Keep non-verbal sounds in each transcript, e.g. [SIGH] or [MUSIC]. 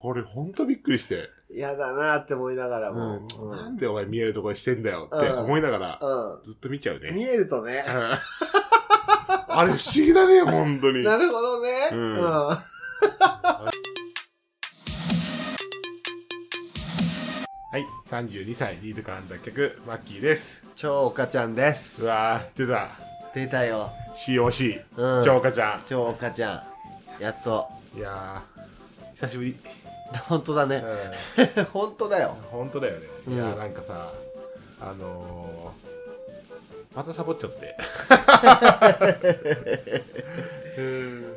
これほんとびっくりして。嫌だなって思いながらうもん。なんでお前見えるとこにしてんだよってうん思いながら、うん。ずっと見ちゃうね。見えるとね。うん [LAUGHS] あれ不思議だね、本当に。なるほどね。うんうん。はい、32歳、リードからの脱却、マッキーです。超おかちゃんでうす。わー、出た。出たよ。 COC、うん。超かちゃ超おかちゃん。やっと。ん。いやー、久しぶり。本当だね。う本当だよん、。本当だよね。うんいやー、なんかさ、あのー、またサボっちゃ [LAUGHS] って。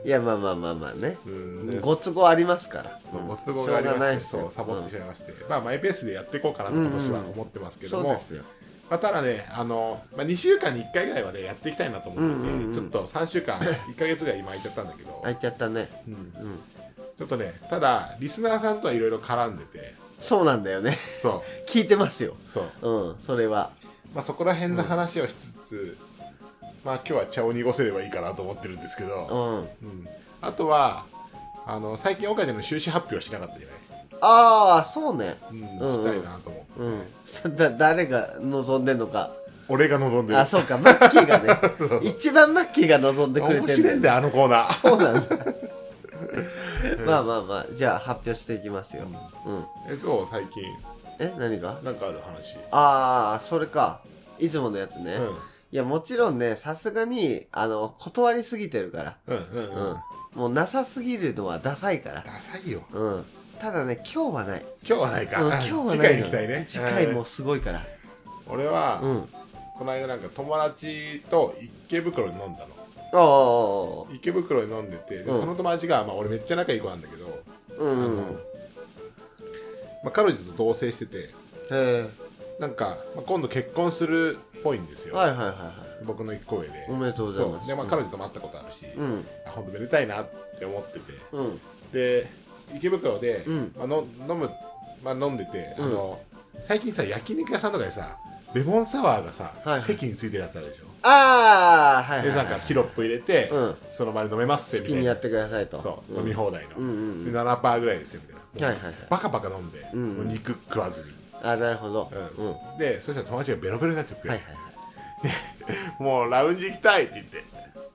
いや、まあまあまあまあね。うんご都合ありますから。そうご都合がありましょうがなしいでてすそようサボってしまいまして、まあマイペースでやっていこうかなとうんうん今年は思ってますけどそうも、ですよ。まあ、ただねあの、まあ、2週間に1回ぐらいはねやっていきたいなと思ってて、うんうんうんちょっと3週間1か月ぐらい今空いちゃったんだけど、開いちゃったね。うんうん。ちょっとねただリスナーさんとはいろいろ絡んでてそうなんだよね。 [LAUGHS] そ聞いてますよ。うそう、うん。それは。まあ、そこら辺の話をしつつ、まあ今日は茶を濁せればいいかなと思ってるんですけうど、ん。うんあとはあの最近岡ちゃんの収支発表しなかったじゃないああ、そうね。うんうんうんしたいなと思ううん。そだ誰が望んでんのか。俺が望んでるあ、そうか。マッキーが [LAUGHS] ね。一番マッキーが望んでくれ面てる白いんだよあのコーナーそうなんだ。 [LAUGHS] まあまあまあ、じゃあ発表していきますよ。うん。えどう最近え、何がなんかある話ああ、それか。いつものやつね。うんいや、もちろんね、さすがに、あの、断りすぎてるから。うんうんううん、ん。もうなさすぎるのはダサいから。ダサいようん。ただね、今日はない。今日はないか、うんあ今日はな次いの回に行きたいね次回もすごいから。うん俺は、うん。この間なんか友達と池袋に飲んだのああ。池袋に飲んでてでうんその友達が、まあ、俺めっちゃ仲いい子なんだけど、うんあうのんうん。へまあ、彼女と同棲しててえ。なんか、まあ、今度結婚するっぽいんですよ、はいはいはいはい。僕の1個上でおめでとうございまそす。うで、まあ、彼女とも会ったことあるし、うん。あ本当めでたいなって思っててうん。で池袋で、うんまあ、の飲む、まあ、飲んでて、うんあの最近さ焼肉屋さんとかでさレモンサワーがさ、はいはい席についてるやつあるでしょああ、はいはいではいは。ないんかシロップ入れて、うん。その場で飲めます好ってきにやってくださいと。そう、ん飲み放題の、うんうんうでん7パーぐらいですよみたいな、はいはいはいバカバカ飲んで、うんうんもう肉食わずに、あなるほど。ううんん。はでそしたら友達がベロベロになっちゃって、いはいはい。もうラウンジ行きたいって言って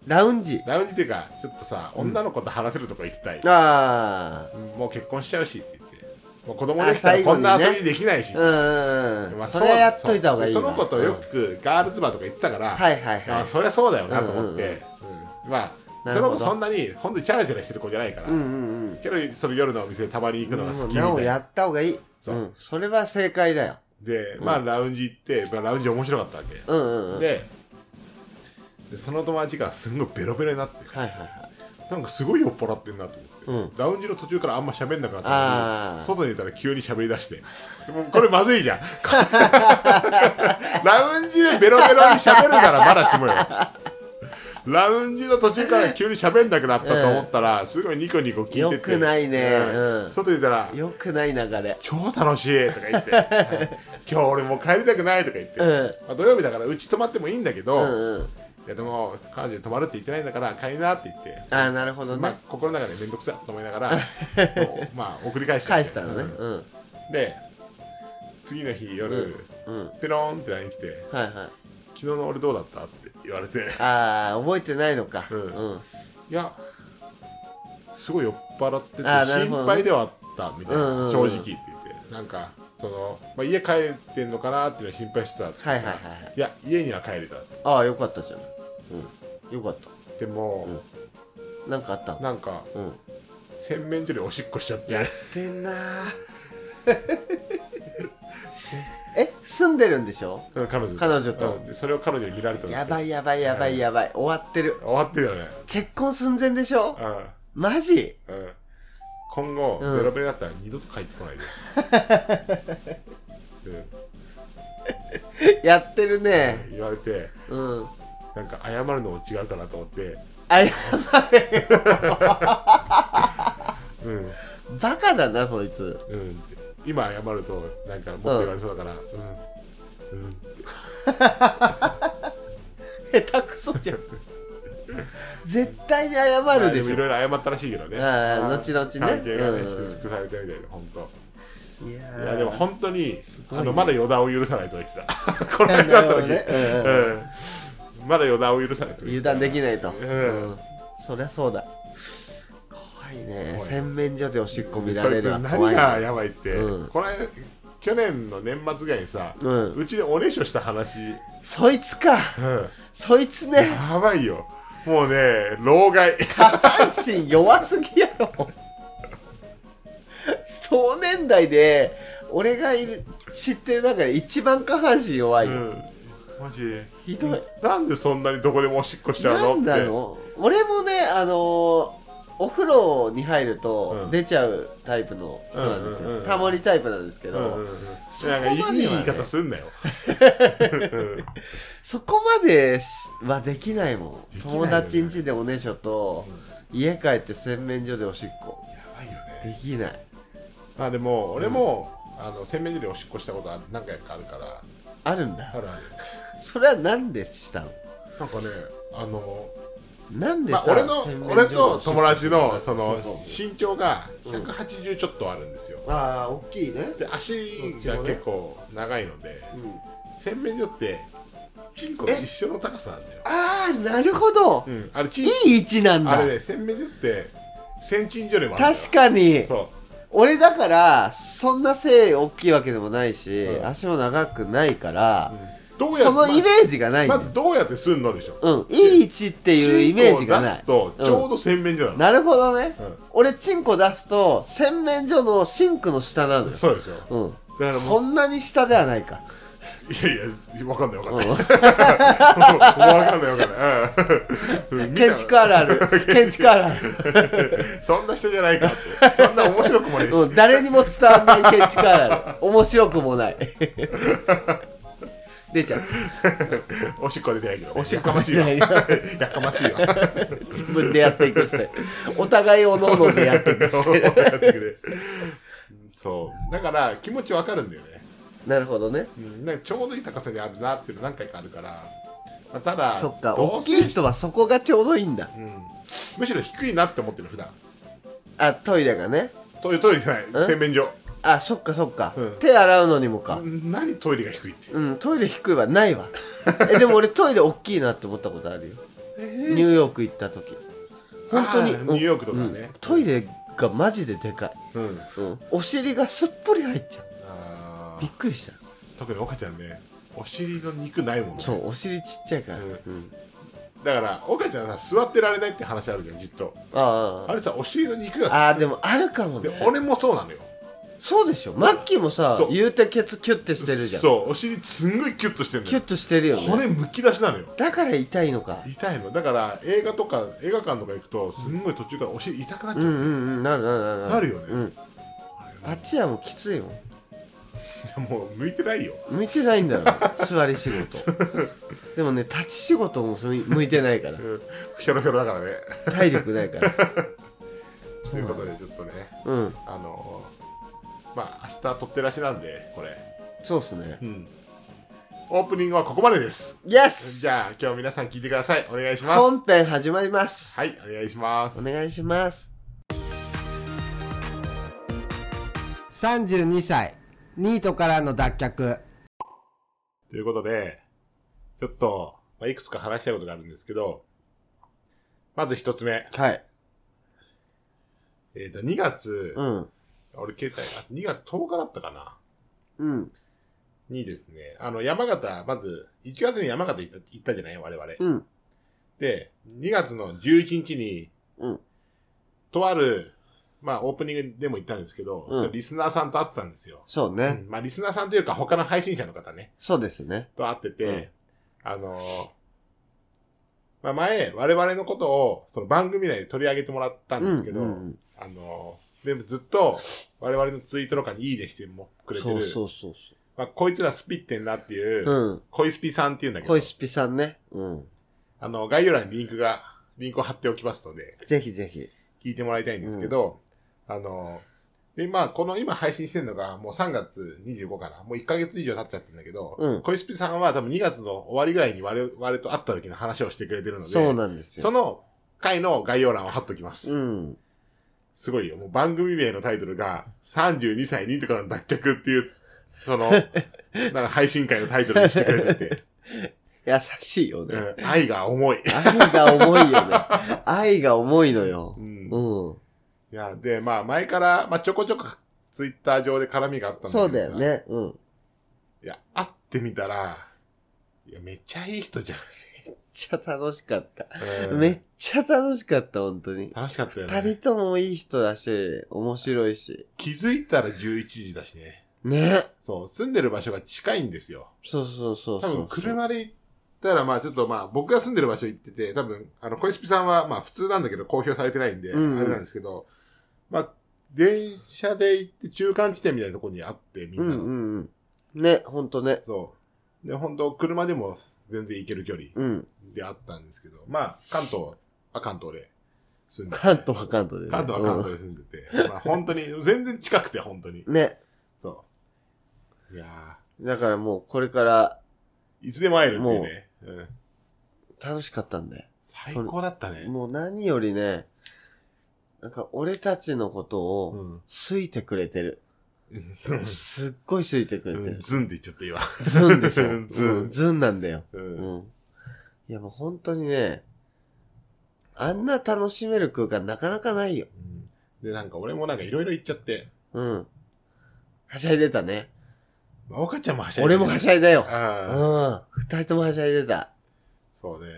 ラウンジ。ラウンジっていうかちょっとさ女の子と話せるとこ行きたい、あもう結婚しちゃうしって言ってもう子供できたらこんなあ最遊後にびねできないし、あ。うんうんまうあん。それはやっといた方がいいな。そうその子とよくガールズバーとか行ってたから、うん。はいはいはあい。そりゃそうだよなと思って、うんまあなそるほのど子そんなに本当にチャラチャラしてる子じゃないから、うんうんうん。けどその夜のお店たまに行くのがも好うきみたないおやなった方がいい。そううん。それは正解だよ。でまあラウンジ行って、まあ、ラウンジ面白かったわけ、うんうんうん。はいででその友達がすんごいベロベロになってはいはい。なんかすごい酔っ払ってんなと思って、ラウンジの途中からあんま喋んなくなったのあーに外にいたら急に喋り出してもうこれまずいじゃん [LAUGHS] ラウンジでベロベロに喋るならまだしもよラウンジの途中から急に喋んなくなったと思ったら、すごいニコニコ聞いててよくないねうんうん外にいたらよくない流れ「。超楽しい」とか言って [LAUGHS] 「今日俺もう帰りたくない」とか言って、うん。まあ、土曜日だからうち泊まってもいいんだけど、うんうん。いやでも彼女に泊まるって言ってないんだから帰りなって言ってああ、なるほどまあね。、心の中で面倒くさと思いな [LAUGHS] がらもうまあ送り返した返したのね。ううん。んで次の日夜、うん。ペローンって LINE 来てはいはい。 「昨日の俺どうだった?」って言われて「ああ、覚えてないのか。うんうん。いやすごい酔っ払っててあーなるほど心ね配ではあった」みたいな、うんうんうん正直って言ってなんかその、まあ、家帰ってんのかなっていうのは心配してたってうかはいはいはいはいや家には帰れたああ、よかったじゃん。うん。よかった。でも、なんかあったのなんかうん。洗面所でおしっこしちゃってってんな [LAUGHS] ぁえ住んでるんでしょ彼女と彼女とうんでそれを彼女に見られたのやばいやばいやばいやばい終わってる終わってるよね結婚寸前でしょうんマジうん今後、うんベロベロだったら二度と帰ってこ [LAUGHS] ないで、うやってるねん、言われてうんなんか謝るのも違うかなと思って、あいやうんバカだなそいつうん、って今謝るとなんかもっと言われそうだから、うんうん、 [LAUGHS] 下手くそじゃん絶対に謝るでしまあもいょろいろ謝ったらしいけどね。ああはい後々関ね係がね、うん修復されたみたいで、本当。いやーいやでも本当に、ごいあねのまだ予断を許さないと言ってた [LAUGHS] このな間るだほったど時、ねうんうんうんまだ予断を許さないと言油ってた断できないと、ううんんそりゃそうだ怖いね怖い洗面所でおしっこ見らそれいつるは怖何いがなやばいって、うんこれ去年の年末ぐらいにさ、ううんちでおねしょした話、そいつかそいつねやばいよもうね老害下半身弱すぎや [LAUGHS] ろ同年代で俺がいる知ってる中で一番下半身弱ういよ、んマジでひどいなんでそんなにどこでもおしっこしちゃうのなんなの俺もねあのーお風呂に入るうとん出ちゃうタイプの人なんですうんよ、うんうんうんタモリタイプなんですけど、うんうんうんそこなまんでかはいねい言い方すんなようんそこまでしはできないもんできないよ友ね達ん家でおねしょと、家帰って洗面所でおしっこやばいよねできないまあでも俺も、あの洗面所でおしっこしたことは何回かあるからあるんだあるあるそれはなんでしたのなんかねあの、なんでまあさ、、俺の洗面所俺と友達のそのそうそう身長がうん180ちょっとあるんですよ、ああ大きいねで足が結構長いので、うん洗面所ってチンコと一緒の高さなんだよ、ああなるほどう、ん、あれチンいい位置なんだあれね洗面所って千チン所でもあるんだよ確かにそ俺だからそんな背大きいわけでもないし、うん足も長くないからう、うん、どうやそのイメージがないんだまよ、ずどうやってすんのでしょうんいい位置っていうイメージがないチンコを出すとちょうど洗面所なの、なるほどね、うん俺チンコ出すと洗面所のシンクの下なのよそうでしょうんだからもそんなに下ではないか、ういやいやわかんないわかんうなんい、わかんないわかんないうんうん [LAUGHS] [LAUGHS] 見た [LAUGHS] 建築あるある建築あるあるそんな人じゃないかってそんな面白くもねえし、うん、誰にも伝わんない建築あるある面白くもない [LAUGHS] 出ちゃっおしっこ出てないけどおしっやこかましいわ出やてなかましいわ [LAUGHS] た自分でやっていくしてお互いおのおのでやっていくしてそうだから気持ちわかるんだよね、 [LAUGHS] なるほどねうん、なんかちょうどいい高さにあるなっていうの何回かあるから、まあ、ただそっかど大うせきい人はそこがちょうどいいんだうん、むしろ低いなって思ってる普段あトイレがねトイレトイレじゃないん洗面所あそっかそっか、うん手洗うのにもか何トイレが低いってうんトイレ低いはない [LAUGHS] わえでも俺トイレ大きいなって思ったことあるよ、ニューヨーク行った時本当にあーうんニューヨークとかねうんトイレがマジででかい、うんうん、お尻がすっぽり入っちゃうあびっーくりした特に岡ちゃんねお尻の肉ないもんねそうお尻ちっちゃいから、ううんんだから岡ちゃんさ座ってられないって話あるじゃんじっとああれさお尻の肉がああーでもあるかもでね俺もそうなのよそうでしょマッキーもさそう言うてケツキュッてしてるじゃんそうお尻すんごいキュッとしてるのキュよッとしてるよね骨むき出しなのよだから痛いのか痛いのだから映画とか映画館とか行くとすんごい途中からお尻痛くなっちゃうう、んうんうんなるなるなるなるよねうんバチアもきついもんでも向いてないよ向いてないんだろ [LAUGHS] 座り仕事でもね立ち仕事もそれ向いてないからうんひょろひょろだからね体力ないからということでちょっとねうんあのーまあ明日撮ってらしなんでこれ、そうっすねうん、オープニングはここまでですイエスじゃあ今日皆さん聞いてくださいお願いします本編始まりますはいお願いしますお願いします32歳ニートからの脱却ということでちょっと、まあ、いくつか話したいことがあるんですけどまず一つ目はいえっ、と2月、うん俺携帯あ2月10日だったかなうんにですねあの山形まず1月に山形行った行ったじゃない我々うんで、2月の11日に、うんとある、まあ、オープニングでも言ったんですけど、うんリスナーさんと会ってたんですよ。そうね、うんまあ、リスナーさんというか、他の配信者の方ね、そうですねと会ってて、うんあのーまあ、前、我々のことを、その番組内で取り上げてもらったんですけど、うんうんあのーでもずっと、我々のツイートとかにいいねしてもくれてそうる、そうそうそまあ、こいつらスピってんなっていう、ううんコイスピさんっていうんだけど小、石ピさんねうんあの、概要欄にリンクが、リンクを貼っておきますので、ぜひぜひ聞いてもらいたいんですけど、あの、で、まあ、この今配信してるのが、もう3月25かな。もう1ヶ月以上経っちゃってるんだけど、うん小石さんは多分2月の終わりぐらいに我々と会った時の話をしてくれてるので、そうなんですよその回の概要欄を貼っときます。うん。すごいよ。もう番組名のタイトルが、32歳にとかの脱却っていう、そ [LAUGHS] の、なんか配信会のタイトルにしてくれてて、優しいようね。ん、愛が重い。愛が重いよね。愛が重いのよう。んう、ん。いや、で、まあ前から、まあちょこちょこツイッター上で絡みがあったんだけどさそうだよ。ね。うん。いや、会ってみたら、いや、めっちゃいい人じゃめっちゃ楽しかった。ん。うんめっちゃ楽しかった、本当に。楽しかったよ二ね人。ともいい人だし、面白いし。気づいたら11時だしね。ね。そう、住んでる場所が近いんですよ。そうそうそうそ多う。分、車で行ったら、まあちょっとまあ僕が住んでる場所行ってて、多分、あの、小石さんはまあ普通なんだけど公表されてないんで、うんうんあれなんですけど、まあ、電車で行って中間地点みたいなところにあって、みうんんなうの。んうん。ね、ほんとね。そう。で、本当車でも全然行ける距離うん。であったんですけど、まあ関東は関東で住んでて関東は関東でね。関東は関東で住んでて、まあ本当に、全然近くて本当にう。んね。そう。いやだからもうこれからーいつでも会えるっていうね。うん、楽しかったんで。最高だったね。もう何よりね、なんか俺たちのことうを [LAUGHS] ん。好いてくれてる。すっごい好いてくれてる。ズンって言っちゃった今。ズンでし [LAUGHS] ょ。ズンうんズンなんだよ。う。うんん。いやもう本当にね、あんな楽しめる空間なかなかないよ。で、なんか俺もなんかいろいろ言っちゃって、うん。はしゃいでたね。まあ岡ちゃんもはしゃいで俺もはしゃいだよ。うああ、ん。二人ともはしゃいでた。そうね。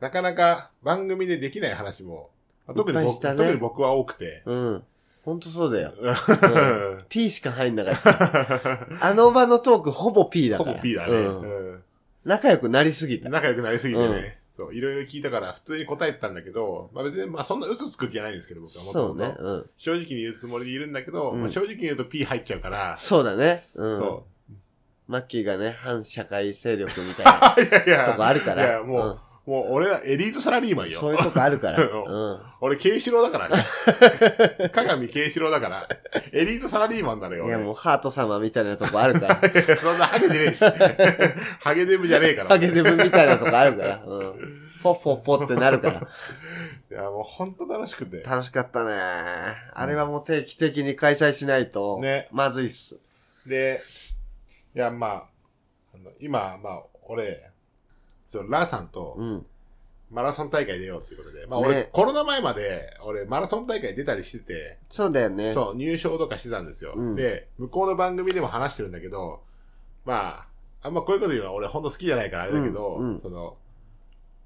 なかなか番組でできない話も、まあ特にいっぱい僕、したね特に僕は多くて。うん。ほんとそうだよ。うん P しか入んなかった。 [LAUGHS] あの場のトークほぼ P だほから。ぼ P だね、うん。うん仲良くなりすぎた。仲良くなりすぎてね。そう、いろいろ聞いたから普通に答えてたんだけど、まあ別に、まあそんな嘘つく気じゃないんですけど、僕はもとそうね。うん。正直に言うつもりでいるんだけど、うんまあ、正直に言うと P 入っちゃうから、そうだね。うん。そマッキーがね、反社会勢力みたいなう。 [LAUGHS] いやいや、とこあるから。 [LAUGHS] いやもう、もう俺はエリートサラリーマうンんよ。そういうとこあ [LAUGHS] るから。うんうん。俺、慶志郎だからね。 [LAUGHS] 鏡慶志郎だから。エリートサラリーマンなのよ。い俺や、もうハート様みたいなとこあ [LAUGHS] るから。そんなハゲてねえし。ハゲデブじゃねえから。ハゲデブみたいなとこあるから。うん。ポッポッポってなるから。いや、もうほんと楽しくて。楽しかったね。あれはもう定期的に開催しないと。ねまずいっす。で、いや、まあ、あの今、まあ、俺、そうラーさんと、うん。マラソン大会出ようっていうことで、まあ俺、ねコロナ前まで、俺、マラソン大会出たりしてて、そうだよね。そう、入賞とかしてたんですよ。うんで、向こうの番組でも話してるんだけど、まあ、あんまこういうこと言うのは俺ほんと好きじゃないからあれだけど、うんうんその、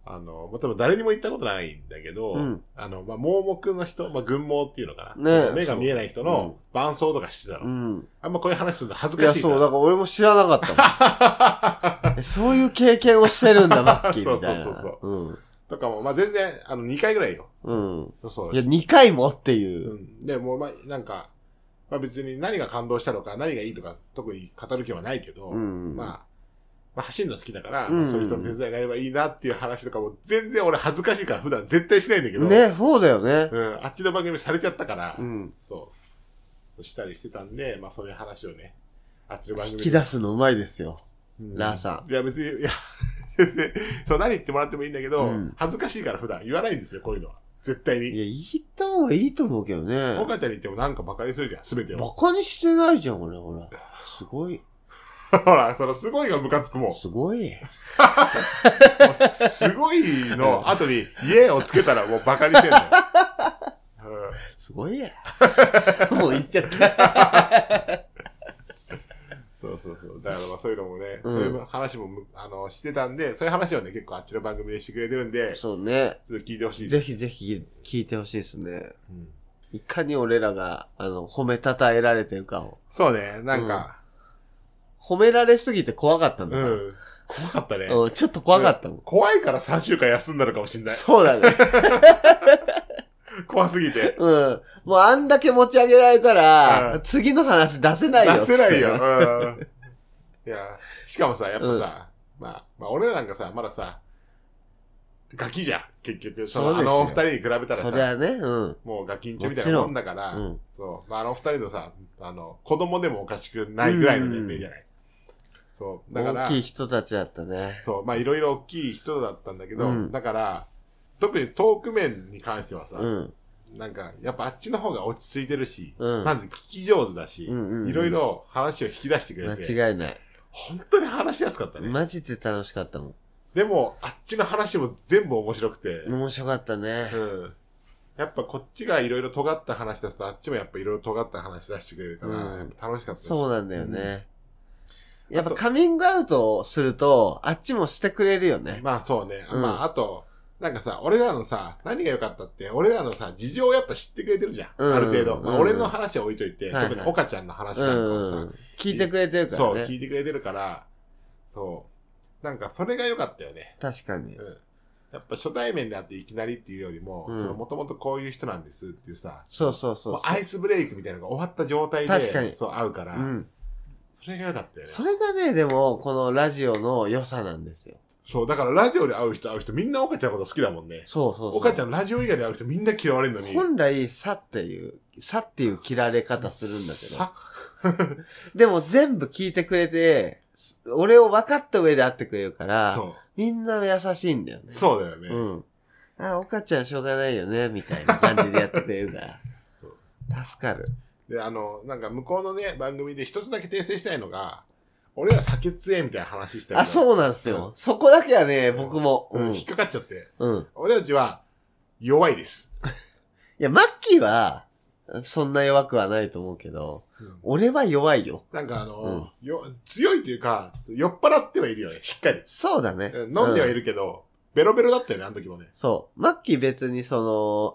あの、もとも誰にも言ったことないんだけど、うんあの、まあ、盲目の人、まあ、群盲っていうのかな。ねえ目が見えない人の伴走とかしてたの。うん。あんまこういう話するの恥いずかや、しいかそう、ら。だから俺も知らなかった [LAUGHS] もん。えそういう経験をしてるんだ、マッキーみたいな。そうそうそううん。とかも、まあ、全然、あの、2回ぐらいよ。うん。そうそういや、2回もっていうう。ん。で、もう、まあ、なんか、まあ、別に何が感動したのか、何がいいとか、特に語る気はないけど、うん。まあ、まあ、走るの好きだから、うんまあそういう人の手伝いがやればいいなっていう話とかも、全然俺恥ずかしいから普段絶対しないんだけど、ね、そうだよね。うん、あっちの番組されちゃったから、うん。そう、したりしてたんで、まあそういう話をね、あっちの番引組き出すのうまいですよ。うんラーさいや別に、いや、 [LAUGHS] 全然、そう何言ってもらってもいいんだけど、うん恥ずかしいから普段言わないんですよ、こういうのは。絶対ん。に。いや、言った方がいいと思うけどね。岡ちゃんに言ってもなんかバカにするじゃん、すべてバを。カにしてないじゃん、俺、ほら。すごい。 [LAUGHS] ほら、そのすごいがムカつ [LAUGHS] くもん。すごい。すごいの後に、家をつけたら [LAUGHS] もうバカにしてんの。うんす [LAUGHS] ごいや。もう言っちゃった。そうそうそう。だからまあそういうのもね、うんそういう話もむあのしてたんで、そういう話をね、結構あっちの番組でしてくれてるんで、ちそうね。ょっと聞いてほしい。ぜひぜひ聞いてほしいですね。うんいかに俺らが、あの、褒めたたえられてるかを。そうね、なんか、褒められすぎて怖かったんうだんな。。怖かったね。うん、ちょっと怖かったもん。怖いから3週間休んだのかもしんない。そう [LAUGHS] だね。怖すぎて。うん。もうあんだけ持ち上げられたうらん、次の話出せないよ。出せないよ。つって。うんいや、しかもさ、やっぱさ、まあ、まあ俺らなんかさ、まださ、ガキじゃん、結局。そのそうですあよの二人に比べたらそりさ、ゃね、うん。もうガキンチョみたいなもんだから、うん。そう。まあ、あの二人のさ、あの、子供でもおかしくないぐらいの年齢じゃない。そう。だから大きい、人たちだったね。そう。まあ、いろいろ大きい人だったんだけど、うんだから、特にトーク面に関してはさ、うん。なんか、やっぱあっちの方が落ち着いてるし、うんまず聞き上手だし、うんうんうんいろいろ話を引き出してくれて、間違いない。本当に話しやすかったね。マジで楽しかったもん。でも、あっちの話も全部面白くて、面白かったねう。ん。やっぱこっちがいろいろ尖った話出すと、あっちもやっぱいろいろ尖った話出してくれるから、うんやっぱ楽しかったしそうなんだよね。んやあっぱとカミングアウトをすると、あっちもしてくれるよね。まあそうね。うんまああと、なんかさ、俺らのさ、何が良かったって、俺らのさ、事情をやっぱ知ってくれてるじゃん。うんある程度。まあうん俺の話は置いといて、はいはい特に岡ちゃんの話うなんかんをさ、うん。聞いてくれてるかそらう、ね。聞いてくれてるから、そう。なんかそれが良かったよね。確かにう。ん。やっぱ初対面であっていきなりっていうよりも、うんもともとこういう人なんですっていうさ、そうそうそうもうそアイスブレイクみたいなのが終わった状態で、確かにそう、会うから、う。うん。それが良かったよね。それがね、でも、このラジオの良さなんですよ。そう、だからラジオで会う人会う人、みんな岡ちゃんのこと好きだもんね。そうそうそう。岡ちゃんラジオ以外で会う人みんな嫌われるのに。本来、さっていう、さっていう切られ方するんだけど。さでも全部聞いてくれて、す俺を分かった上で会ってくれるから、そみんな優しいんだよねう。。そうだよね。うん。あ、岡ちゃんしょうがないよね、みたいな感じでやってくれるから [LAUGHS] そう。助かる。で、あの、なんか向こうのね、番組で一つだけ訂正したいのが、俺ら酒強えみたいな話したけどあ、そうなんですよ。そこだけはね、僕も。ううんん。引っかかっちゃって。うん。い俺たちは、弱いです。や、マッキーは、そんな弱くはないと思うけど、俺は弱いよ。なんかあの、うんよ、強いっていうか、酔っ払ってはいるよ [LAUGHS] ね、しっかり。そうだね。うん飲んではいる。るけど、ベロベロだったよね、あの時もね。そう。マッキー別にそ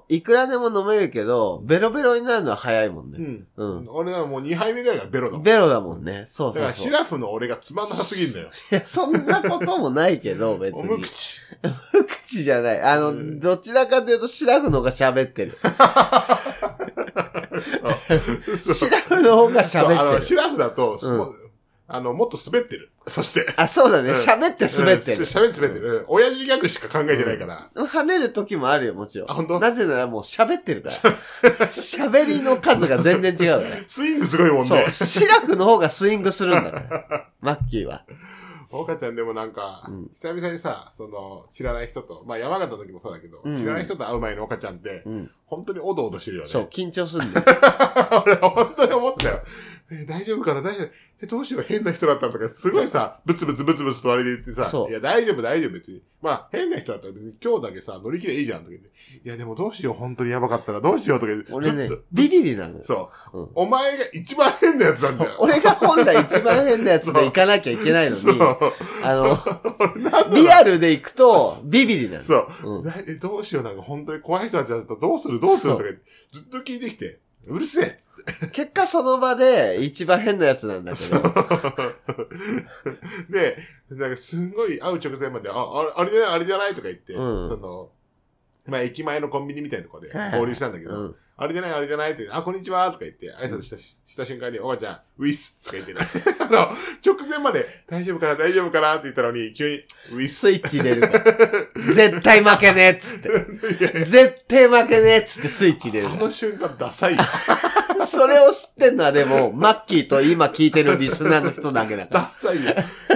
の、いくらでも飲めるけど、ベロベロになるのは早いもんね。ん。うん。俺はもう2杯目ぐらいがベロだもん。だベロだもんね。そうかそうら、そう。シいラフの俺がつまんなさすぎんだよ。や、そんなこともないけど、別おに。む口。無口じゃない。あの、うんどちらかというと、シラフの方が喋ってる。そうそうシラフの方がそうあ [LAUGHS] 喋っの、てる。シラフだと、うんもうあの、もっと滑ってる。そして。あ、そうだね。うん喋って滑ってうんる。喋って滑ってる。うん親父ギャグしか考えてないから。跳ねる時もあるよ、もちろあ本当ん。なぜならもう喋ってるから。喋りの数が全然違うから。スイングすごいもんそねう。。シラフの方がスイングするんだから。マッキーは。岡ちゃんでもなんか、うん久々にさ、その、知らない人と、まあ山形の時もそうだけど、うんうん知らない人と会う前の岡ちゃんって、うん。本当におどおどしてるよね。そう、緊張するんだよ。俺本当に思ったよ。え大丈夫かな大丈夫。え、どうしよう変な人だったとか、すごい [LAUGHS] さ、ブツブツブツブツ隣で言ってさ、そういや、大丈夫大丈夫別に。まあ、変な人だったら別に今日だけさ、乗り切れいいじゃんとか言って。いや、でもどうしよう本当にやばかったらどうしようとか言って。俺ねずっと、ビビリなのよ。そう、うんお前が一番変なやつなんだよ。 [LAUGHS] 俺が本来一番変なやつで行かなきゃいけないのにそ、う。[LAUGHS] あの、リアルで行くと、ビビリなの。そう。うんだえどうしようなんか本当に怖い人たちだったらどうするどうするそとうか言って、ずっと聞いてきて、うるせえ結果その場で一番変なやつなんだけど。で、なんかすんごい会う直前まで、あ、あれあれじゃない、あれじゃないとか言って、うんその、まあ駅前のコンビニみたいなところではいはい合流したんだけど、うん、あれじゃない、あれじゃないって、あ、こんにちはとか言って、挨拶した,、した瞬間に、おばちゃん、ウィスとか言 [LAUGHS] ってね、あの、直前まで、大丈夫かな、大丈夫かなって言ったのに、急に、ウィス。スイッチ入れるから。絶対負けねえっつって。絶対負けねえっつってスイッチ入れるあの瞬間、ダサいよ。から。それを知ってんのはでも、マッキーと今聞いてるリスナーの人だけ [LAUGHS] だから。ダサいよ。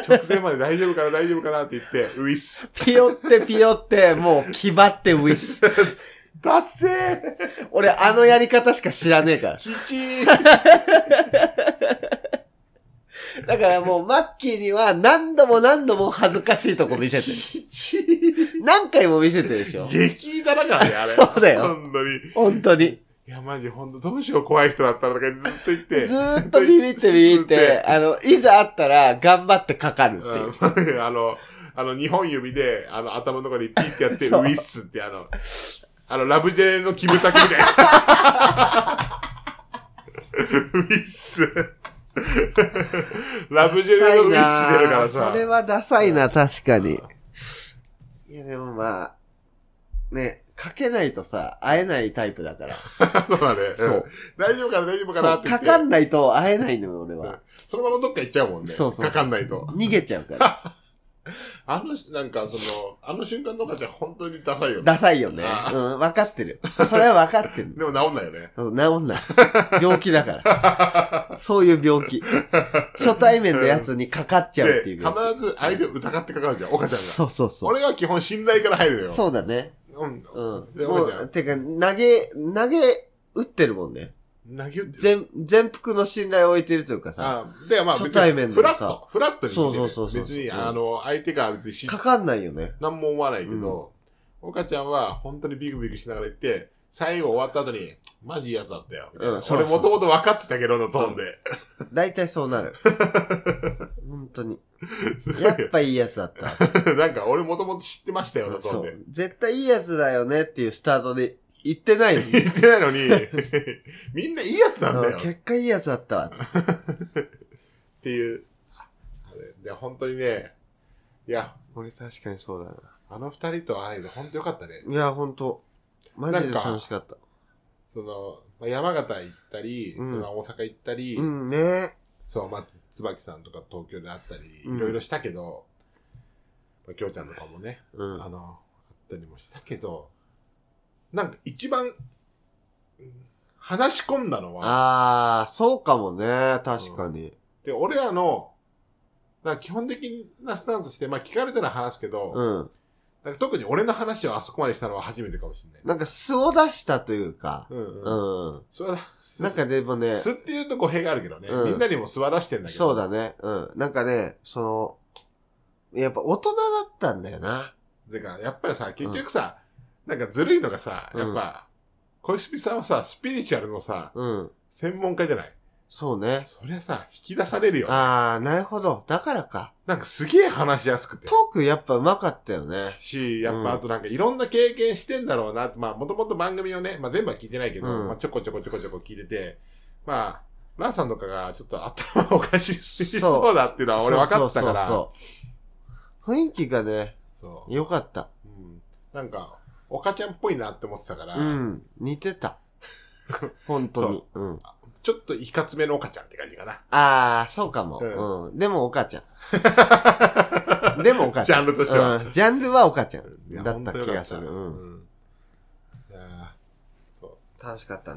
直前まで大丈夫かな、大丈夫かなって言って、ウィス。ピヨってピヨって、もう気張ってウィス。ダッセー俺あのやり方しか知らねえから。キキーだからもうマッキーには何度も何度も恥ずかしいとこ見せてる。キチー何回も見せてるでしょ。激だらからね、あれ。そうだよ本当に。本当に。いや、マジ、ほんと、どうしよう、怖い人だったらとかずっと言って。 [LAUGHS] ずーっとビビってビビって、。あの、いざ会ったら頑張ってかかるっていう。うん、 [LAUGHS] あの、あの、二本指で、あの、頭のところにピッてやって、ウそうィッスって、あの、あの、ラブジェのキムタクみたいな。ウィッス。 [LAUGHS] ラブジェのウィッス出るからさ。それはダサいな、確かに。いや、でもまあ、ね、かけないとさ、会えないタイプだから。そうだね。うんそう大丈夫かな、大丈夫かそなうっ、て言かって。かんないと会えないのよ、俺は。そのままどっか行っちゃうもんね。そうそうかかんないと。逃げちゃうから。あの、なんか、その、あの瞬間のお母ちゃん、本当にダサいよね。ダサいよね。あうん、わかってる。それは分かって [LAUGHS] る。でも治んないよね。うん治んない。病気 [LAUGHS] だから。そういう病気。初対面のやつにかかっちゃうっで、ていう必病ず相手を疑ってかかるじゃん、岡気。ちゃんが。そうそうそう。俺は基本信頼から入るのよ。そうだね。うん。うん。でもおばちゃう、んてか、投げ、投げ、打ってるもんね。投げ打ってる。全、全幅の信頼を置いてるというかさ、あで、まあ、初対面でフもラッさト。フラットに言ってそうるそうそうそう別に、うんあの、相手が別にしかかんないよね。何も思わないけど、岡ちゃんは本当にビクビクしながら言って、最後終わった後に、マジいいやつだったよ。みたいなうんそう俺そうそうもともと分かってたけどのトーンで。大体そうなる。 [LAUGHS] 本当に。すごいやっよぱいいやつだった。 [LAUGHS] なんか、俺もともと知ってましたよのトーンそでう。。絶対いいやつだよねっていうスタートで言ってないの [LAUGHS] に。言ってないのに、みんないいやつなんだよ。うんっ結果いいやつだったわ。つってていう。で、本当にね、いや、俺確かにそうだな。あの二人と会えて本当よかったね。いや、ほんと。マジで楽しかった。その、まあ、山形行ったり、うんその大阪行ったり、うんね。そう、まあ、椿さんとか東京で会ったり、うんいろいろしたけど、まあ、きょうちゃんとかもね、うんあ。の、会ったりもしたけど、なんか一番、うん話し込んだのは、あー、そうかもね。確かに。で、俺らの、なんか基本的なスタンスして、まあ聞かれたら話すけど、うん。なんか特に俺の話をあそこまでしたのは初めてかもしれない。なんか素を出したというか。うんううん。ん。それは、なんかでもね、すって言うと語弊があるけどね、うんみんなにも素は出してんだけど。そうだね。うん。なんかね、その、やっぱ大人だったんだよな。だから、やっぱりさ、結局さ、なんかずるいのがさ、うんやっぱ、小石さんはさ、スピリチュアルのさ、うん。専門家じゃないそうね。そりゃさ、引き出されるよ。あー、なるほど。だからか。なんかすげえ話しやすくてト。ークやっぱ上手かったよね。し、やっうんぱあとなんかいろんな経験してんだろうな、まあもともと番組をね、まあ全部は聞いてないけど、うんまあちょこちょこちょこちょこ聞いてて、まあ、ラーさんとかがちょっと頭おかしいそうそうだっていうのは俺分かったから。そうそうそうそう。雰囲気がね、そう良かった。うんなんか、おかちゃんっぽいなって思ってたから、うん。似 [LAUGHS] てた。本当に。うん。ちょっといかつめのおかちゃんって感じか [LAUGHS] な。あー、そうかも。うんうん。でも、お母ちゃん。でも、お母ジ [LAUGHS] ちゃャん。ンルとしては。うん。ジャンルはお母ちゃいやん。だった気がする。う。ん。本当よかったうんいや楽しかったー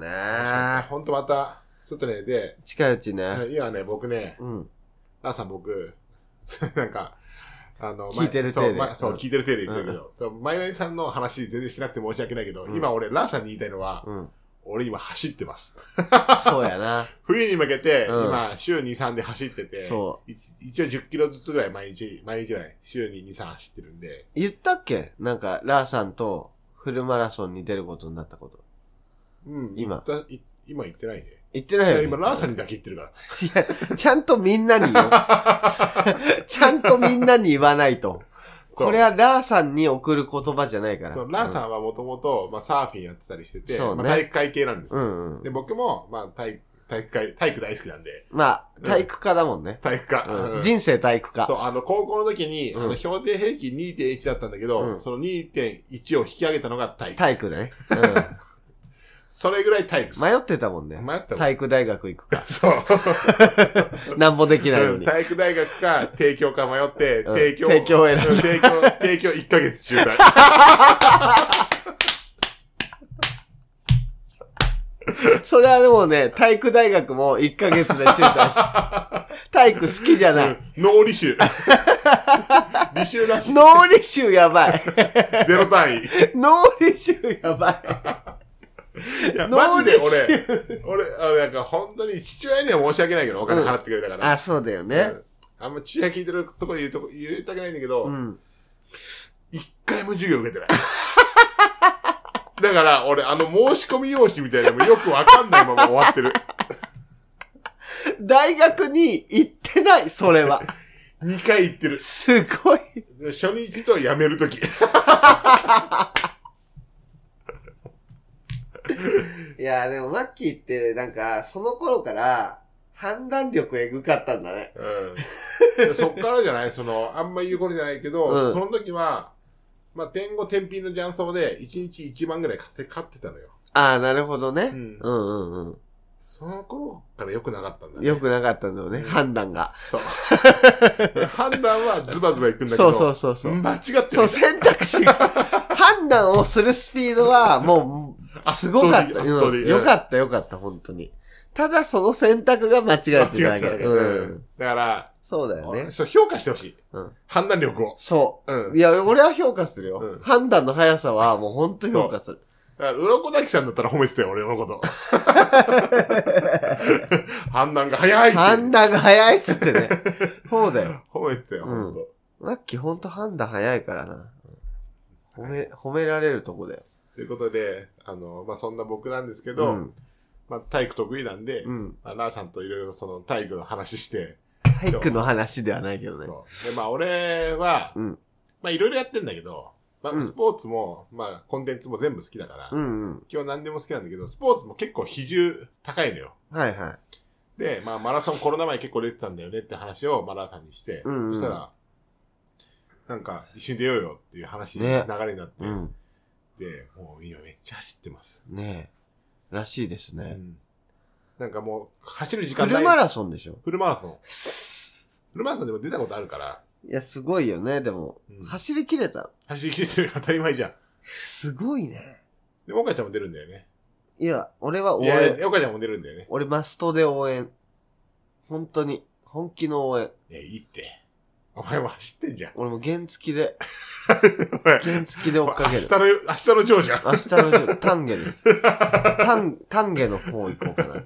ね。ほんとまた、ちょっとね、で、近いうちね。今ね、僕ね、うん。ラーさん僕、 [LAUGHS] なんか、あの、聞いてる前体そでうまそうう、ん聞いてる手で言ってるけど、そうマイナリさんの話全然しなくて申し訳ないけど、うん今俺、ラーさんに言いたいのは、うん。俺今走ってます。そうやな。冬に向けて、うん今、週2、3で走ってて、そい一応10キロずつぐらい毎日、毎日じゃない、週に2、3走ってるんで、言ったっけなんか、ラーさんとフルマラソンに出ることになったこと。うん、今言ったい今言ってないね。言ってないいよやね。今、ラーさんにだけ言ってるから。いや、ちゃんとみんなによ。 [LAUGHS] ちゃんとみんなに言わないと。そうこれはラーさんに送る言葉じゃないから。そう、ラーさんはもともと、まあ、サーフィンやってたりしてて、そうねまあ、体育会系なんですうよ。ん。うんうで、ん。僕も、まあ、体、体育会、体育大好きなんで、まあ、体育科だもんね。体育科。う、うんん人生体育そう、科。あの、高校の時に、うんあの、評定平均2.1だったんだけど、うんその2.1を引き上げたのが体育。体育だね。それぐらい体育うん。迷ってたもんね。迷ったもん体育大学行く [LAUGHS] か。そう。なんもできないのに。体育大学か、帝京か迷って、うん帝京。帝京を選んだうん帝京、帝京1ヶ月中 [LAUGHS] 断。それはでもね、体育大学も1ヶ月で中退 [LAUGHS] した。体育好きじゃない。脳履 [LAUGHS] 修。履修なし。脳履修やばい。ゼロ単位。脳履修やばい。いや、脳マ履ジで修俺、俺、俺なんか本当に父親には申し訳ないけど、お金払ってくれたから。あ、そうだよね。あんま父親聞いてるとこ言うとこ、言いたくないんだけうど、ん。一、回も授業受けてない。 [LAUGHS] だから、俺、あの、申し込み用紙みたいなのもよくわかんないまま終わってる。 [LAUGHS] 大学に行ってない、それは。 2回行ってる。すごい。初日と辞めるとき。いや、でもマッキーって、なんか、その頃から、判断力エグかったんだね。うんそっからじゃないその、あんま言うことじゃないけど、うんその時は、まあ、天後天品の雀荘で1日1万ぐらい買って買ってたのよ。ああ、なるほどね。ううんん、うんうんその頃から良くなかったんだね。よくなかったんだよね、うん判断が。そう。判断はズバズバいくんだけど。そうそうそうそう。間違ってる。そう、選択肢 [LAUGHS] が。判断をするスピードは、もう、すごかった。圧倒的圧倒う的んよかった、よかった、本当に。ただ、その選択が間違えて間た違だってけ。ただけ、うん。だから、そうだよね。そう評価してほしい。うん判断力を。そうんう。い。や、俺は評価するよ。うん判断の速さはもうほんと評価する。だから、うろこだきさんだったら褒めてたよ、俺の [LAUGHS] こと。判断が早いって判断が早いっつっ [LAUGHS] てね。そうだよ。褒めてたよ、うんほんと。マッキーほんと判断早いからな。うん褒め、褒められるとこだよ。ということで、あの、まあ、そんな僕なんですけど、うん。まあ、体育得意なんで、うん。まあ、ラーさんといろいろその体育の話して、体育の話ではないけどね。そうで、まあ、俺は、うんまあ、いろいろやってんだけど、まうあ、んスポーツも、まあ、コンテンツも全部好きだから、うんうん。今日何でも好きなんだけど、スポーツも結構比重高いのよ。はいはい。で、まあ、マラソンコロナ前結構出てたんだよねって話をマラさんにして、うんうんそしたら、なんか、一緒に出ようよっていう話、ね流れになって、うん。で、もう今めっちゃ走ってます。ねえ。らしいですうね。んなんかもう、走る時フ間ルマない。ラソンでしょフルマラソン。フルマラソンでも出たことあるから、いや、すごいよね、でも。うん走り切れた。走り切ってる当たり前じゃん。すごいね。で、岡ちゃんも出るんだよね。いや、俺はい応やい援。や、岡ちゃんも出るんだよね。俺マストで応援。本当に。本気の応援。いや、いいって。お前も走ってんじゃん。俺も原付き [LAUGHS] で、お前原付きで追っかけ明る日。の、明日のジョーじゃん。明日のジョー、丹下です。 [LAUGHS] 丹、丹下の方行こうかな。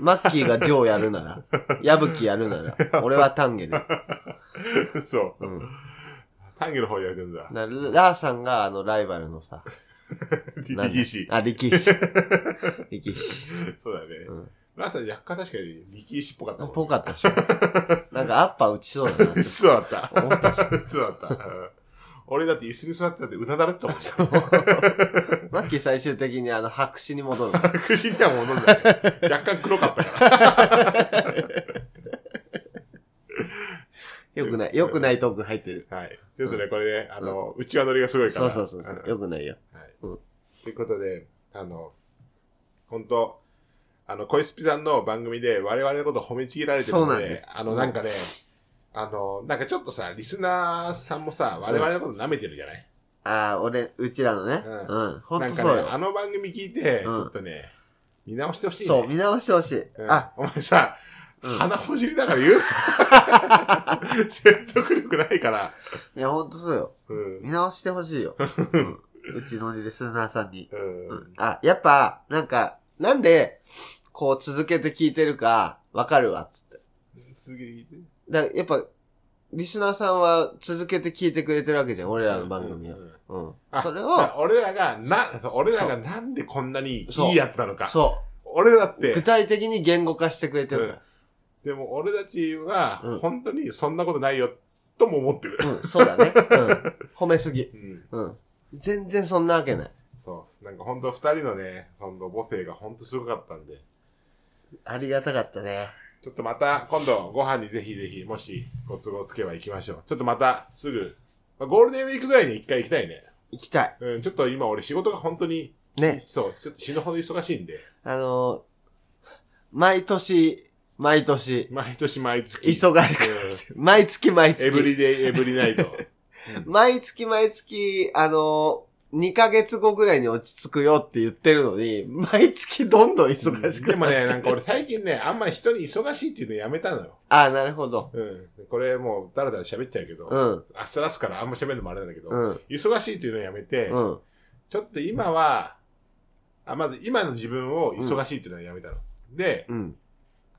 マッキーがジョーやるなら、矢吹やるなら、俺は丹下で。そうう。ん。丹下の方に行くんだ。なラーさんがあのライバルのさ、なんだ TTC。あ、力 [LAUGHS] 士。力士。そうだね。うん。ラさん若干確かに力士っぽかったもんね。ぽかったでしょ。なんかアッパー打ちそうだなってそうだった。思ったし。そうだった。うん俺だって椅子に座ってたってうなだれてたもん。そう。 [LAUGHS] マッキー最終的にあの白紙に戻る。白紙には戻んない。若干黒かったから。よくない、よくないトーク入ってる。はい。ちょっとね、これね、あの、うちわ乗りがすごいかそら。うそうそうそう。んよくないよ。はいうん。ということで、あの、本当あの、小スピさんの番組で我々のこと褒めちぎられてるそうのなんでで、すあの、なんかね、あの、なんかちょっとさ、リスナーさんもさ、我々のこと舐めてるじゃないああ、俺、うちらのね。ううん。ほなんんとかそうね、よ。あの番組聞いて、うんちょっとね、見直してほしいね。そう、見直してほしい。うんあ、、お前さ、うん鼻ほじりながら言う [LAUGHS] 説得力ないから。いや、ほんとそうよ。うん。見直してほしいよ。うんうちのリスナーさんに。ううんん。。あ、やっぱ、なんか、なんで、こう続けて聞いてるか、わかるわ、つって。続けて聞いて。だやっぱ、リスナーさんは続けて聞いてくれてるわけじゃん、俺らの番組うをんうんうん。うん。あそれだかを、ら俺らが、な、そう俺らがなんでこんなにいいやつなのか。そ俺らっう。具て、体的に言語化してくれてるから。でも俺たちはうん、本当にそんなことないよ、とも思ってる。うん、そうだ [LAUGHS] ね。うん。褒めすぎ。うん。うん。全然そんなわけない。そう。なんか本当二人のね、その母性が本当すごかったんで。ありがたかったね。ちょっとまた、今度、ご飯にぜひぜひ、もし、ご都合つけば行きましょう。ちょっとまた、すぐ、まあゴールデンウィークぐらいに一回行きたいね。行きたい。うん、ちょっと今俺仕事が本当に、ね。そう、ちょっと死ぬほど忙しいんで、あの毎年、毎年、毎年毎月。忙しくなって [LAUGHS] る毎月毎うんエブ月。リデイ、エブリナイト。毎月毎月、あの2ヶ月後ぐらいに落ち着くよって言ってるのに、毎月どんどん忙しくでもなる。ね、なんか俺最近ね、あんまり人に忙しいっていうのやめたのよ。ああ、なるほど。うん。これもう、だらだら喋っちゃうけど、うん、明日出すからあんま喋るのもあれなんだけど、うん、忙しいっていうのやめて、うん。ちょっと今は、あ、まず今の自分を忙しいっていうのはやめたの。で、うん、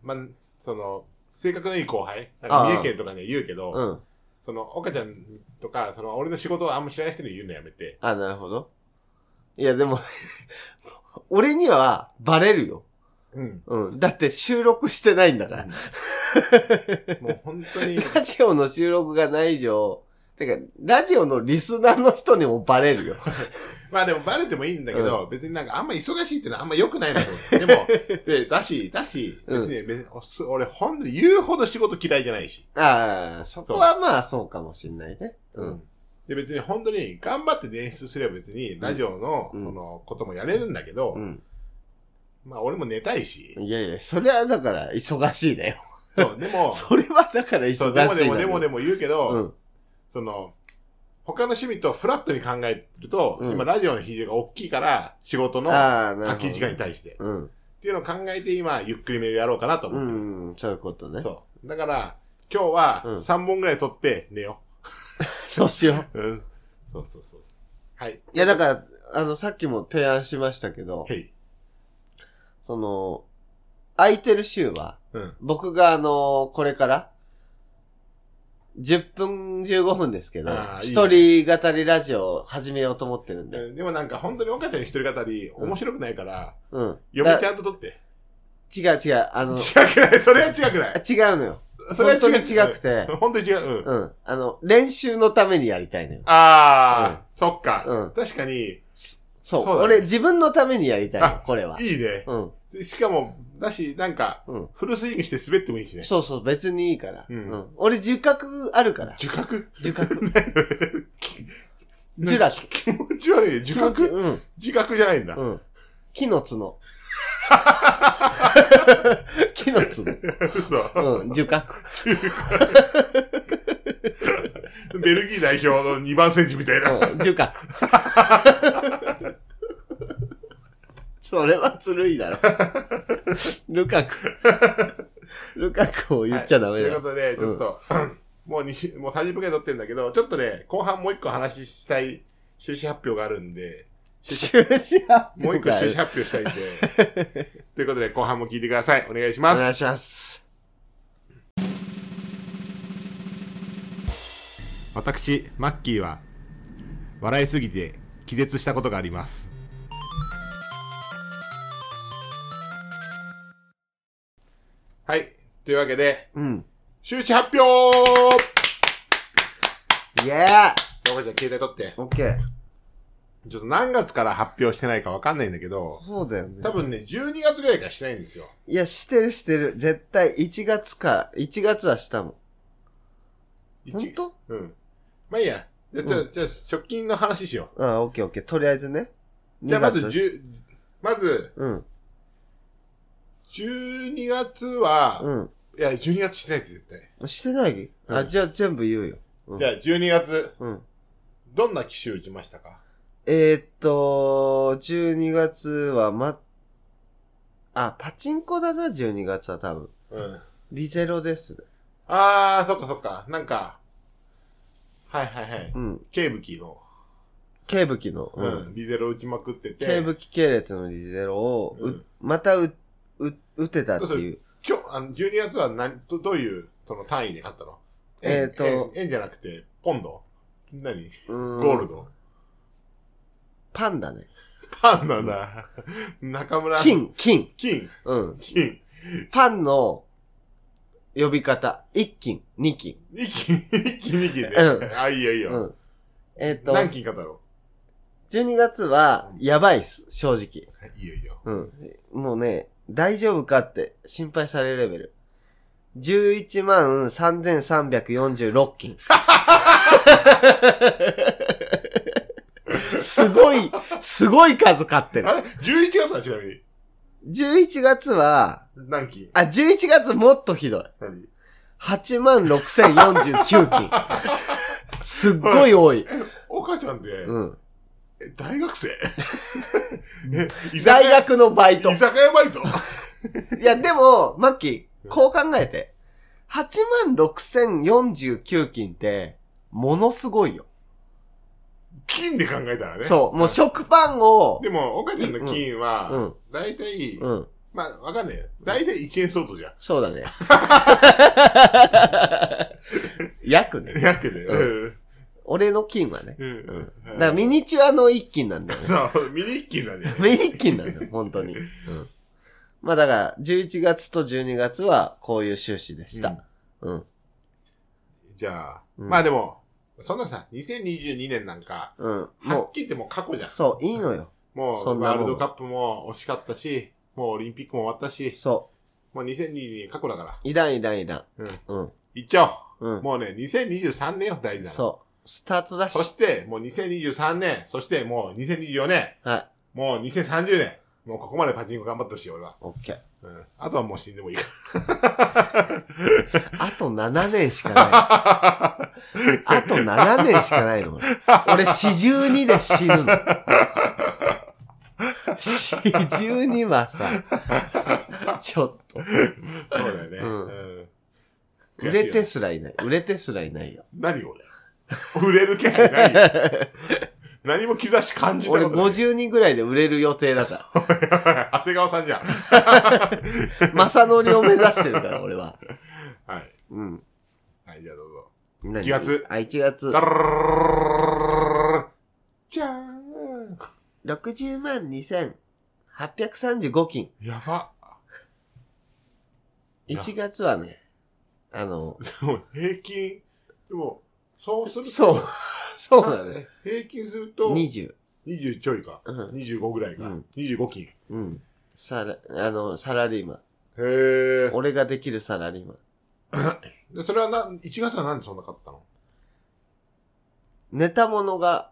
まあ、その、性格のいい後輩、なんかああ三重県とかには言うけど、うん。その、岡ちゃんとか、その、俺の仕事をあんま知らない人に言うのやめて、ああ、なるほど。いや、でも、 [LAUGHS] 俺にはバレるよ。うん。うん。だって収録してないんだから。もう本当に、ラジオの収録がない以上、てか、ラジオのリスナーの人にもバレるよ。まあでもバレてもいいんだけど、別になんかあんま忙しいっていうのはあんま良くないなと思って。で [LAUGHS] も、で、だし、だし、別うんに、別におす俺本当に言うほど仕事嫌いじゃないし。ああ、そこはまあそうかもしんないね。うん。。で、別に本当に頑張って練習すれば別に、ラジオの、うんその、こともやれるんだけど、うん。まあ俺も寝たいし。いやいや、それはだから忙しいだよ。そう、で [LAUGHS] も、それはだから忙しいそう、んでだもでもでもでも。も言うけど、うん。その、他の趣味とフラットに考えると、うん今ラジオの比重が大きいから、仕事の空ああ、なるほど。き時間に対して。っうん。ていうのを考えて今、ゆっくりめでやろうかなとう思ってる。ん、そういうことね。そう。だから、今日はうん3本ぐらい取って寝よそうしよう。う。うん。そうそうそう。はい。いや、だから、あの、さっきも提案しましたけど、はい。その、空いてる週は、うん。僕があの、これから、10分15分ですけどあ、ーいい一人語りラジオを始めようと思ってるんで。でもなんか本当に岡ちゃんの一人語り面白くないから、うん。嫁だちゃんと撮って。違う違う、[LAUGHS] あの、違くないそれは違くない違うのよ。それは本当に違くてうん本当に違う。うん。うん。あの、練習のためにやりたいのよ。ああ、そっか。うん確かに、そそう。うだね俺、自分のためにやりたいあの、これは。いいね。うん。しかも、だし、なんか、うん。フルスイングして滑ってもいいしね。そうそう、別にいいから。ううんん。俺、自覚あるから。樹覚自覚。ジュラス。気持ち悪い。樹覚うん。 [LAUGHS] 自覚じゃないんだ。うん。木の角。 [LAUGHS] 木の角。嘘。うん、樹覚。ベルギー代表の2番センチみたいな。うん、樹覚。それはつるい [LAUGHS] だろ。ルカク。ルカクを言っちゃダメだはいというよ。ことで、ちょっと、 [CLEARS THROAT] もうにもう30分くらい撮ってるんだけど、ちょっとね、後半もう一個話ししたい、収支発表があるん [LAUGHS] で、収支終始も発う表一個会収支発表したいんで。 [LAUGHS] ということで、後半も聞いてください。お願いしまおす。願いします。私、マッキーは、笑いすぎて気絶したことがあります。はい。というわけで、うん。周知発表おイ母ェーちゃん、携帯取って。オッケー。ちょっと何月から発表してないかわかんないんだけど、そうだよね多。分ね、12月ぐらいからしてないんですよ。いや、してるしてる。絶対1月から、1月はしたもん。一ほんとうん。まあいいや。じゃあ、じゃあ、じゃあ直近の話しよああ、オッケーオッケー。とりあえずね。う。じゃあ、まず2月、 10、まず、うん、 12月は、ういや、12月してないです、絶対。ん。してないあ、うんじゃあ全部言うよ。うんじゃあ、12月、うん。どんな機種打ちましたかえー、っと、12月はま、あ、パチンコだな、12月は多分。うん。リゼロです。あー、そっかそっか。なんか、はいはいはい。うん。ケーブキの、ケーブキの。ううんん、リゼロ打ちまくってて、ケーブキ系列のリゼロを、ううんまたう、う、打てたってそうそいう。今日、あの、12月は何、どどういう、その単位で買ったのえーと円円円じゃなくて、ポンド何うんゴールド、パンだね。パンなんだ。中村。。金、金。金。うん。金。パンの呼び方。1金、2金。一金、一金、二金ね。うあ、いいよいいうよ。ん。えっ、と、何金買ったの12月は、やばいっす、正直。いいよいいよ。うん。もうね、大丈夫かって心配されるレベル。11万3346金。 [LAUGHS] すごい、すごい数買ってるあ。れ ?11 月はちなみに。 11月は、何金あ、11月もっとひどい。何8万6049金。 [LAUGHS] すっごい多い。岡ちゃんって、うん。え大学 [LAUGHS] 生え居酒大屋学のバイト居。酒屋バイトいや、でも、マッキうー、んこう考えて。86,049金って、ものすごいよ。金で考えたらね。そう、もう食パンをで、も、岡ちゃんの金うはん、大体、うん、まあ、わかんないよ。大体1円相当じゃん。 [LAUGHS] そうだね。約ね。約で。うん。俺の金はね。ううん。ん。だからミニチュアの一金なん [LAUGHS] だよね。そう、ミニ金だね。ミニ金なんだよ、本当に。うん。まあだから、11月と12月はこういう収支でしうたん。うん。じゃあ、うんまあでも、そんなさ、2022年なんか、うん。はっもきり言ってもう過去う、じゃん。そう、いいのよ。もそうんなワもーんルドカップも惜しかったし、もうオリンピックも終わったし、そもう2022年過去だから。う。いらんいらんいらん。うん。いっちゃおうんう。。もうね、2023年よ、大事なの。そう。スタートだしそ。して、もう2023年、そしてもう2024年、はい。もう2030年、もうここまでパチンコ頑張ってほしい、俺は。オッケー。うん。あとはもう死んでもいいかあと7年しか [LAUGHS] ない。あと7年しかないの。俺、四十二で死ぬの。四十二はさ、ちょっと。ら。そうだよね。うんうん。悔しい売よれてすらいない。売れてすらいないよ。何俺。売れる気配ないよ。何も兆し感じた俺ことない。 50人ぐらいで売れる予定だか長谷川さんじゃん。ら。正則を目指してるから、俺は。はい。うん。はい、じゃあどうぞ。 1月あ、1月ダ。ルルルルルルルじゃーん。 60万2835金。やば。いや1月はね、あの、もう平均、でも、そうすると、 [LAUGHS] そう、そうだね。平均すると、 20。 20ちょいか、うん。 25ぐらいか、うん25金。へうん。サラ、あの、サラリーマン。え。俺ができるサラリーマン。で、それはな、1月はなんでそんな買ったのネタものが、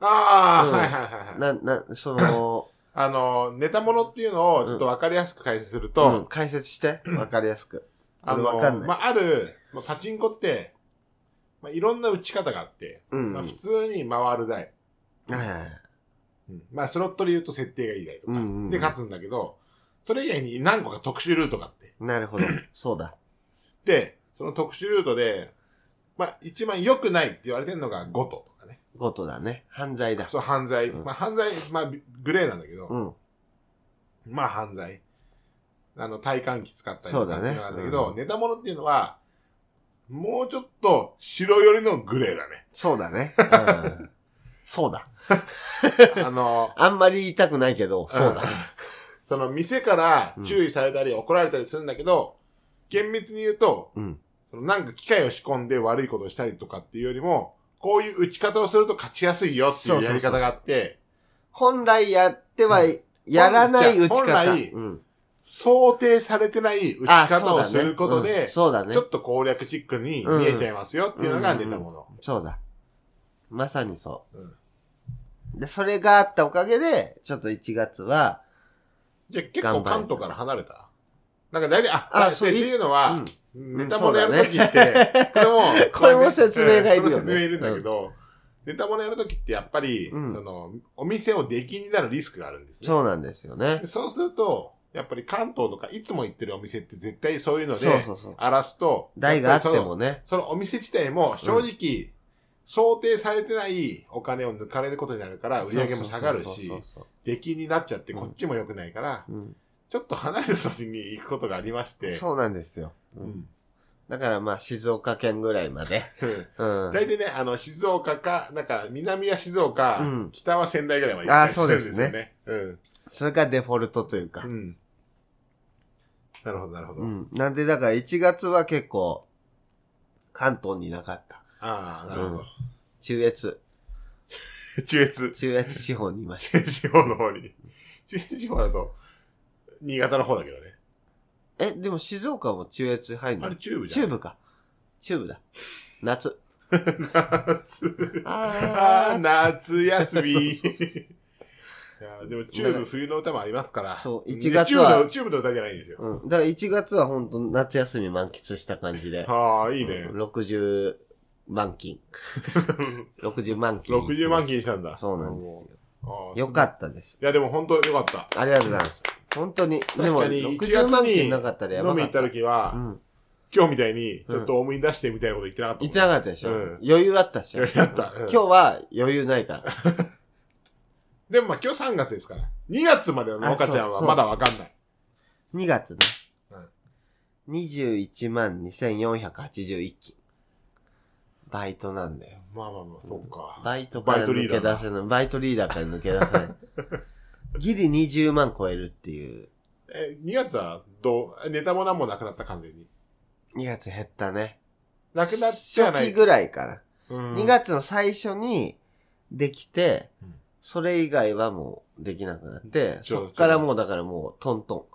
ああ、うんはいはいはいはい。な、な、その、あの、ネタものっていうのをちょっとわかりやすく解説する [COUGHS] と、うん、解説して、わかりやすく。あの、俺わかんないまあ、ある、まあ、パチンコって、まあ、いろんな打ち方があって、うん。まあ、はい普通に回る台。はいはい。うんまあ、スロットで言うと設定がいい台とか、うんうんうんで勝つんだけど、それ以外に何個か特殊ルートがあって、なるほど。そうだ。で、その特殊ルートで、まあ、一番良くないって言われてるのが5ととかね。ことだね。犯罪だ。そう、犯罪。うんまあ、犯罪、まあ、グレーなんだけど、うん。まあ、犯罪。あの、体感器使ったりとかっていうのがあるんだけそうだど、ねうんネタものっていうのは、もうちょっと白寄りのグレー [LAUGHS] だね。そうだ [LAUGHS] ね。うん。そうだ。あの、あんまり言いたくないけど、そうだ。その店から注意されたり怒られたりするんだけど、厳密に言うと、うん。そのなんか機械を仕込んで悪いことをしたりとかっていうよりも、こういう打ち方をすると勝ちやすいよっていうやり方があって、本来やっては、やらない打ち本方。来うん。想定されてない打ち方をすることで、そうだね。うんちそょうだね。っと攻略チックに見えちゃいますよっていうのが出たもの。そうだ。まさにそううん。で、それがあったおかげで、ちょっと1月は、じゃあ結構関東から離れたなんか大体、あ、ああそうっていうのうはん、ネタものやるときって、これ [LAUGHS] も、これもまあね説明がいうんこれもるよね説明いるんだけど、ネタものやるときってやっぱり、うんその、お店を出禁になるリスクがあるんですね。そうなんですよねで。そうすると、やっぱり関東とかいつも行ってるお店って絶対そういうのでそう、そうそう。荒らすと、台があってやっぱりそのもね。そのお店自体も正直、想定されてないお金を抜かれることになるから、売り上げも下がるそうしそ、うそう出禁になっちゃってこっちも良くないから、そううんちょっと離れた土地に行くことがありまして、そうなんですよ。ううんん。だからまあ、静岡県ぐらいまで。 [LAUGHS] うん。大体ね、あの、静岡か、なんか、南は静岡、うん北は仙台ぐらいまであーったりるんよね。それがデフォルトというかうん。。うん。なるほど、なるほど。うん。なんで、だから1月は結構、関東になかった。ああ、なるほど。中越、中越、中越地方にいまし中越地方の方に。中越地方だと、新潟の方だけどね。た。え、でも静岡も中越入んあれの中部じ中ゃん。部か。中部だ。夏。夏。ああ、あー、夏夏。休み。い [LAUGHS] そうそうそうやでも中部冬の歌もありますから。そう1月はね中部の、中部の歌じゃないんですよ。うん。だから1月は本当夏休み満喫した感じで。ああ、いいね。うん60万 [LAUGHS] 金。60万金。 60万金したんだ。そうなんですよよ。よかった。ったです。いや、でも本当よかった。ありがとうございます。本当に。でも、確かに60万金なかったらや飲ばみ行かっったた。時は、うん。今日みたいに、ちょっと思い出してみたいなこと言ってなかったもん言ってなかったでしょ、うん余裕あったでしょ余裕あったうん今日は余裕ないから。でもまあ今日3月ですから。2月までの農家ちゃんあそうはそうまだわかんない。 2月ね。うん21万2481金。バイトなんだよ。まあまあまあ、そっか。バイトからバイトリ抜ーダけーだ出せない。バイトリーダーから抜け出せない。ギリ20万超えるっていう。え、2月はどう、ネタも何もなくなった完全に。 2月減ったね。なくなってはな初期い。ぐらいから。うん2月の最初にできてうん、それ以外はもうできなくなって、ちょそっからもうだからもうトン [LAUGHS] トン。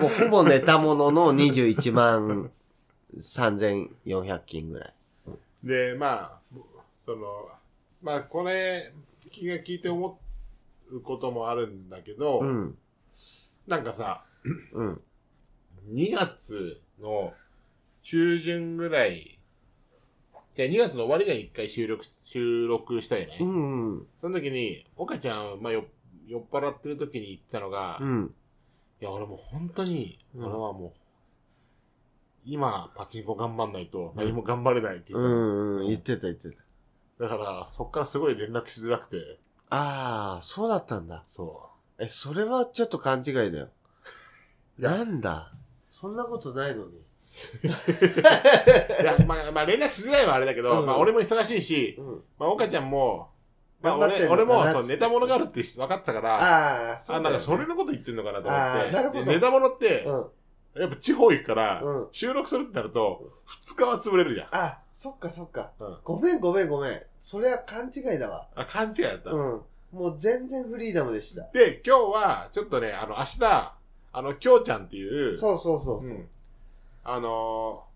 もうほぼネタものの21万3400金ぐらい。で、まあ、その、まあこれ、気が聞いて思うこともあるんだけど、うん。なんかさ、うん。 2月の中旬ぐらい、じゃあ2月の終わりが一回収録、収録したよね。うんうん。その時に、岡ちゃん、まあ、よ酔っ払ってる時に言ったのが、ういん。や、俺もう本当に、うん俺はもう、今、パチンコ頑張んないと何も頑張れないって言っうてたのんうん、言ってた言ってた。だから、そっからすごい連絡しづらくて、ああ、そうだったんだ。そえ、それはちょっと勘違いだよ。なんだそんなことないのう。に。 [LAUGHS] いや、まあ、まあ、連絡しづらいはあれだけど、うんまあ、俺も忙しいし、うん。まあ、岡ちゃんも、まあ、頑張って俺、んのか俺なも、そう、つってネタものがあるって分かってたから、ああ、あ、そうなだんよかねそれのこと言ってんのかなと思あーなるっほてどで、ネタものって、うん。やっぱ地方行くから、うん収録するってなると、2日は潰れるじゃん。あ、そっかそっか。うんごめんごめんごめん。それは勘違いだわ。あ、勘違いだった。うん。もう全然フリーダムでした。で、今日は、ちょっとね、あの、明日、あの、きょうちゃんっていう、そうそうそうそうう。んあの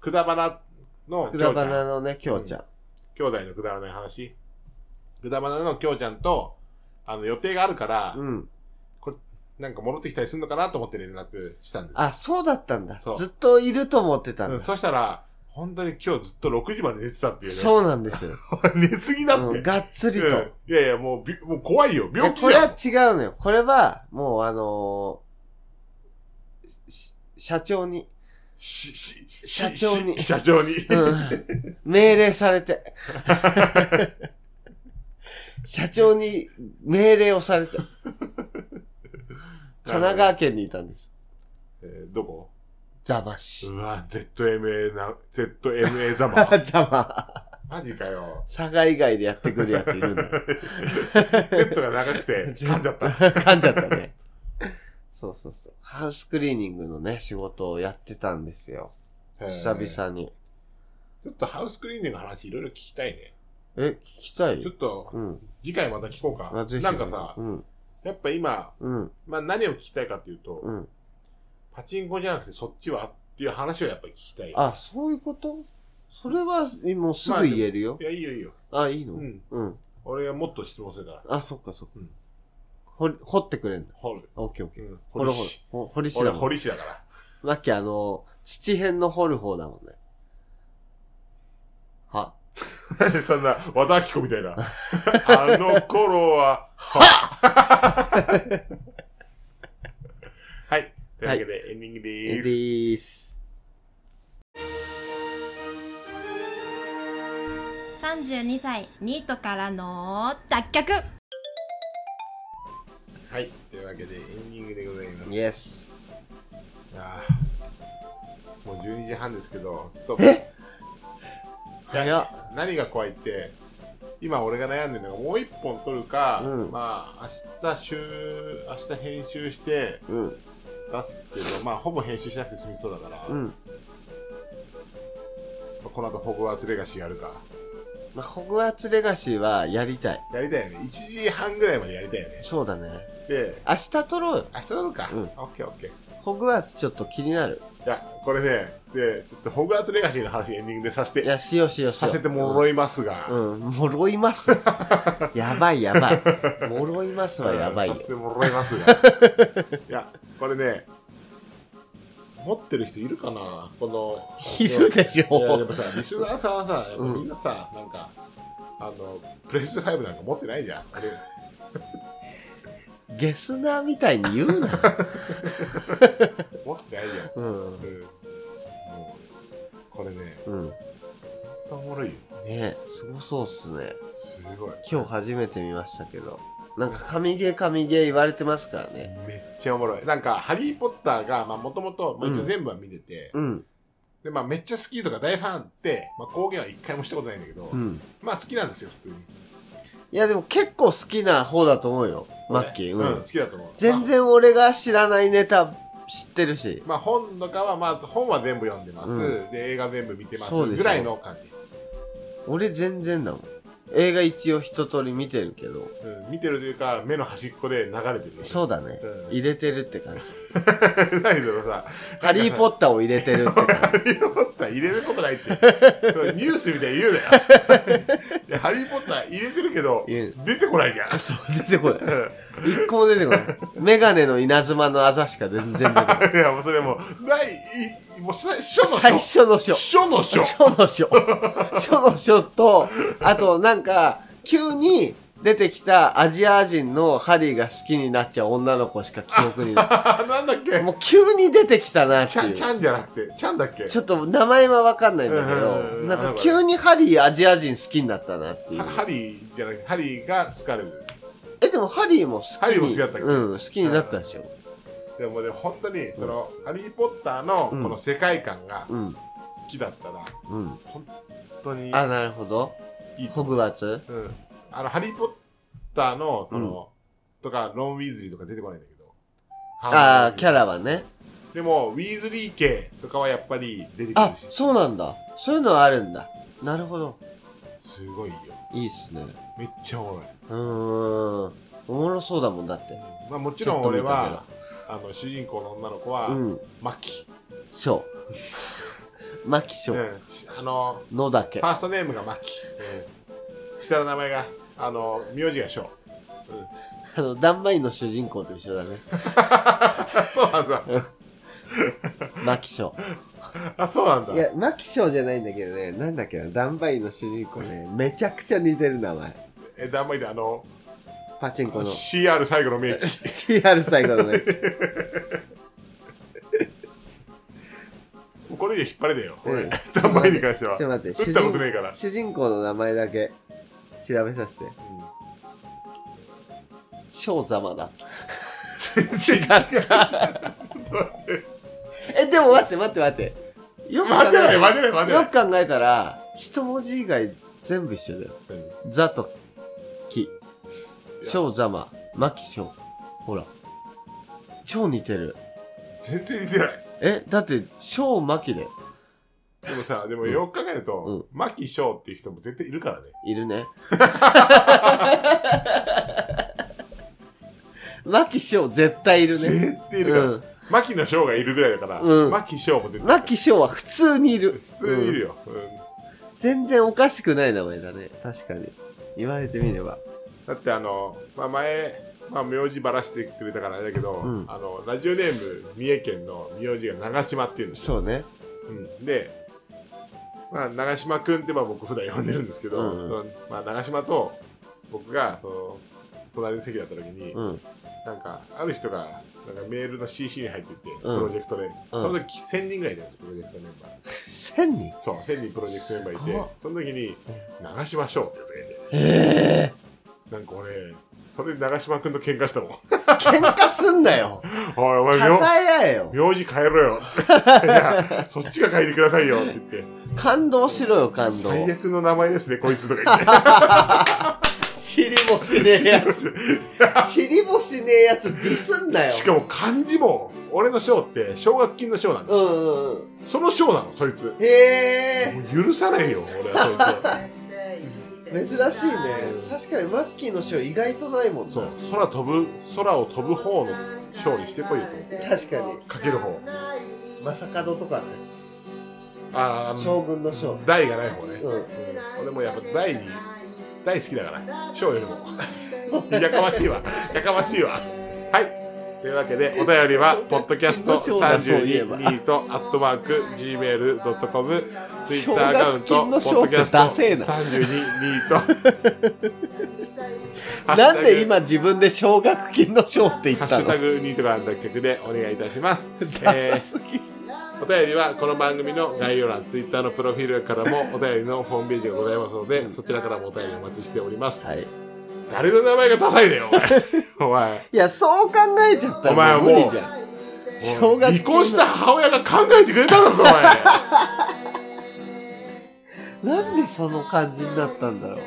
ー、くだばなの、くだばきょうちゃなんのね、きょうちゃん。兄弟のくだらない話。くだばなのきょうちゃんと、あの、予定があるから、うん。なんか戻ってきたりするのかなと思って連絡したんです。あ、そうだったんだそ。うずっといると思ってたうんん、だ。そしたら、本当に今日ずっと6時まで寝てたっていうね。そうなんで [LAUGHS] すよ。寝すぎだって。うんがっつりと。うんいやいや、もうび、もう怖いよ。いや病気これはだよ。違うのよ。これは、もうあのーし社長に、ししし社長にし社長に。 [LAUGHS] うん、命令されて。社長に命令をされて。神奈川県にいたんです。えーどこザバシ。うわ、ZMA な、ZMA ざ [LAUGHS] ま。ザバ。マジかよ。佐賀以外でやってくるやついるんだ。 Z が長く [LAUGHS] て、噛んじゃった。噛んじゃっ [LAUGHS] たね。そうそうそう。ハウスクリーニングのね、仕事をやってたんですよ。久えー々に。ちょっとハウスクリーニングの話いろいろ聞きたいね。え、聞きたちょっいと、うん。次回また聞こうか。あぜひねなんかさ、うん。やっぱ今、うん。まあ何を聞きたいかっていうと、うん。パチンコじゃなくてそっちはっていう話をやっぱり聞きたい。あ、そういうことそれは、もうすぐ言えるよい。や、いいよいいよ。あ、いいのううん。ん。俺がもっと質問するから。あ、そっかそっかうん。掘り、掘ってくれんだ。掘る。オッケーオッケうー。ん。掘る掘る。ほ掘りし俺ろ。掘り師だから。さっきあの、土辺の掘る方だもんね。は、 [LAUGHS] そんな、和田アキ子みたいな。 [LAUGHS] あの頃は、は [LAUGHS] はい。というわけで、エンディングででーす。ーす。 32歳ニートからの脱却はい。というわけで、エンディングでございます。イエス。いやーもう12時半ですけど、ちょっと、えいや早っ何が怖いって、今俺が悩んでるのが、もう一本撮るか、うんまあ、明日週、明日編集してうん。出すけど、まあ、ほぼ編集しなくて済みそうだから、うまん。あこの後、ホグワーツレガシーやるか。まあ、ホグワーツレガシーはやりたい。やりたいよね。1時半ぐらいまでやりたいよね。そうだね。で、明日撮ろうよ。明日撮るか。うんオッケーオッケー。ホグワーツちょっと気になる。いや、これね、で、ちょっとホグワーツレガシーの話エンディングでさせいて、や、しようしようしよさう。せてもろいますが、うん、脆います。 [LAUGHS] やばいやばい。脆いますはやばいよさせ。てもらいます [LAUGHS] が。いや、これね、持ってる人いるかなこの。いるでしいややっょ。ぱさ、リスナーさんはさ、やっぱみんなさ、なんか、あの、プレス5なんか持ってないじゃん。あれゲスナーみたいに言うな。 [LAUGHS] 持ってないじゃん。うんう。ん。もう、これね、うん。ほんとおもろいよ。ねすごそうっすね。すごい。今日初めて見ましたけど。なんか神ゲー神ゲー言われてますからね。めっちゃおもろい。なんか、ハリー・ポッターが、まあ、もともと、まあ、一応全部は見てて、うん。で、まあ、めっちゃ好きとか大ファンって、まあ、公言は一回もしたことないんだけど、うん。まあ、好きなんですよ、普通に。いやでも結構好きな方だと思うよ。マッキー。ううん、好。んきだと思う。全然俺が知らないネタ知ってるし。まあ本とかは、まず本は全部読んでます。うで、映画全部見てます。そうでしょぐらいの感じ。俺全然だもん。映画一応一通り見てるけど。うん、見てるというか、目の端っこで流れてる。そうだねうん。入れてるって感じ。う。 [LAUGHS] ないだろさ、ハリー・ポッターを入れてるって感ハリー・ポッター入れることないっ [LAUGHS] て。そうニュースみたいに言うなよ。いやハリー・ポッター入れてるけど、言う出てこないじゃん。じ。そう、出てこない。一個も出てこない。メガネの稲妻のあざしか全然出てこな [LAUGHS] い。いや、もうそれもう、ない、いもう最初の最初の書。書の書。書の書。書の書と、あとなんか、急に出てきたアジア人のハリーが好きになっちゃう女の子しか記憶になあ、 [LAUGHS] なんだっけい。もう急に出てきたなってちゃん、いちゃう。んじゃなくて、ちゃんだっけちょっと名前はわかんないんだけどうんうんう、んなんか急にハリーアジア人好きになったなっていうは。ハリーじゃなくて、ハリーが好かれる。え、でもハリーも好きに。ハリーも好きだったっけうん、好きになったでしょ。でもね、本当に、その、ハリー・ポッターのこの世界観が好うん、きだったら、うん。本当にあ、なるほど。いいとホ思う。グワーツうん。あの、ハリー・ポッターの、その、とか、ロン・ウィーズリーとか出てこないんだけど。ああ、キャラ。ラはね。でも、ウィーズリー系とかはやっぱり出てくある、し、そうなんだ。そういうのはあるんだ。なるほど。すごいよ。いいっすね。めっちゃおもろい。うーん。おもろそうだもんだって。まあ、もちろん俺ちょっとは、あの、主人公の女の子は、うん。マキ。そう。 [LAUGHS] マキシうんョ。あの、のだけフ。ァーストネームがマキ。うん。下の名前が、あの、名字がショウ。あの、ダンマインの主人公と一緒だ [LAUGHS] ね。そうなんだ。マキショ。あ、そうなんだ。いや、マキショじゃないんだけどね、なんだっけな、ダンバインの主人公ね、めちゃくちゃ似てる名前。え、だんまりで、あの、パチン [LAUGHS] コの。 CR 最後の名機。 CR 最後のね。もうこれ以上引っ張れねえよ。こうれん。だんまりに関してちょはっ。と待って、打ったことねえから主人公の名前だけ調べさせて。翔ざまだ。違った。ちょっと待って。え、でも待って待って待って。よく考待えてない、た待てない、待てなよい。く考えたら、一文字以外全部一緒だよ。ザとキ。翔ざま。マキ翔。ほら。超似てる。全然似てない。え、だって、翔マキで。でもさ、でもよく考えると、マキショウっていう人も絶対いるからね。い [LAUGHS] るね。マキ翔絶対いるね。絶対いるから。うんマキのショウがいるぐらいだから、うんマキショウも出てくるマキ翔は普通にいる。普通にいるうんよ。うん全然おかしくない名前だね。確かに。言われてみれば。だってあの、まあ、前、まあ、名字ばらしてくれたからあれだけど、うんあの、ラジオネーム、三重県の名字が長島っていうんですよ。そうね。うん、で、まあ、長島くんってまあ僕普段呼んでるんですけど、うんうんそのまあ、長島と僕が、その、隣の席だった時に、うん。なんか、ある人が、なんかメールの CC に入ってて、プうんロジェクトで、その時1000人ぐらいじゃないですか、プロジェクトメンバー。千人そう、1000人プロジェクトメンバーいすてごっ、その時に、長島翔ってやつがいて、ええなんか俺、それで長島くんと喧嘩したもん。 [LAUGHS] 喧嘩すんなよ。おい、お前、名叩え合えよ。名字変えろ [LAUGHS] よ。いや、そっちが変えてくださいよって言って、感動しろよ、感動。最悪の名前ですね、こいつとか [LAUGHS] 言って。知りもしねえやつ。知りもしねえやつディスんな [LAUGHS] よ。しかも漢字も、俺の賞って、奨学金の賞なんだ。うんうんうん。その賞なの、そいつ。もへえ。う許さないよ、俺はそい [LAUGHS] [LAUGHS] つ。珍しいね。確かにマッキーの賞意外とないもんな。そう、空飛ぶ、空を飛ぶ方の賞にしてこいよと。確かに。かける方。まさかどとかね。あーあ将の、軍の賞。 [LAUGHS] 台がない方ね。うん。俺もやっぱ台に、台好きだから、賞よりも。やかましいわ。やかましいわ。はい。というわけで、お便り [LAUGHS] は、ポッドキャスト32ニートアットマーク Gmail.com、ツイッターアカウント、奨ポ学金ッの賞ドっキてャストダセーな32ニート。なんで今自分で奨学金の賞って言 [LAUGHS] ハっッたシュの。タグニートからの脱却でお願いいたします [LAUGHS] ダサすぎ。お便りはこの番組の概要欄、ツイッターのプロフィールからもお便りのホームページがございますので、そちらからもお便りお待ちしております。はい。誰の名前がダサいだよ、 [LAUGHS] お前。お前。いや、そう考えちゃったお前らはももうう無理じゃん。奨学離金の婚した母親が考えてくれたんだぞ、お [LAUGHS] 前。なんでその感じになったんだろう。な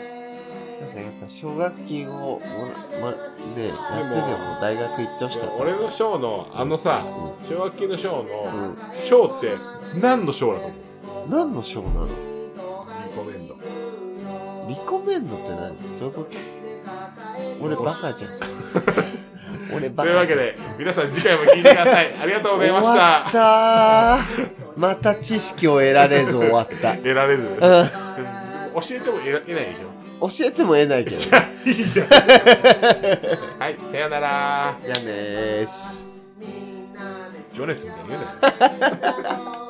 んかやっぱ奨学金をもら、ま、ね、やってても大学行ってほしかった。俺の賞の、あのさう、奨学金の賞うのん、賞って何の賞だと思う何の賞なのリコメンド。リコメンドって何どういうこと俺バカ [LAUGHS] じゃん。俺バとカいうわけじゃん。で、皆さん次回も聞いてくだ [LAUGHS] さい。ありがとうございまし終わたっ。たーまた知識を得られず終わった。得られず。教えうんても得ら得ないでしょ。教えても得ないけ [LAUGHS] ど。じじゃゃあいいじゃん。はい、さよなら。あねーす。情熱みたいに言うなよ。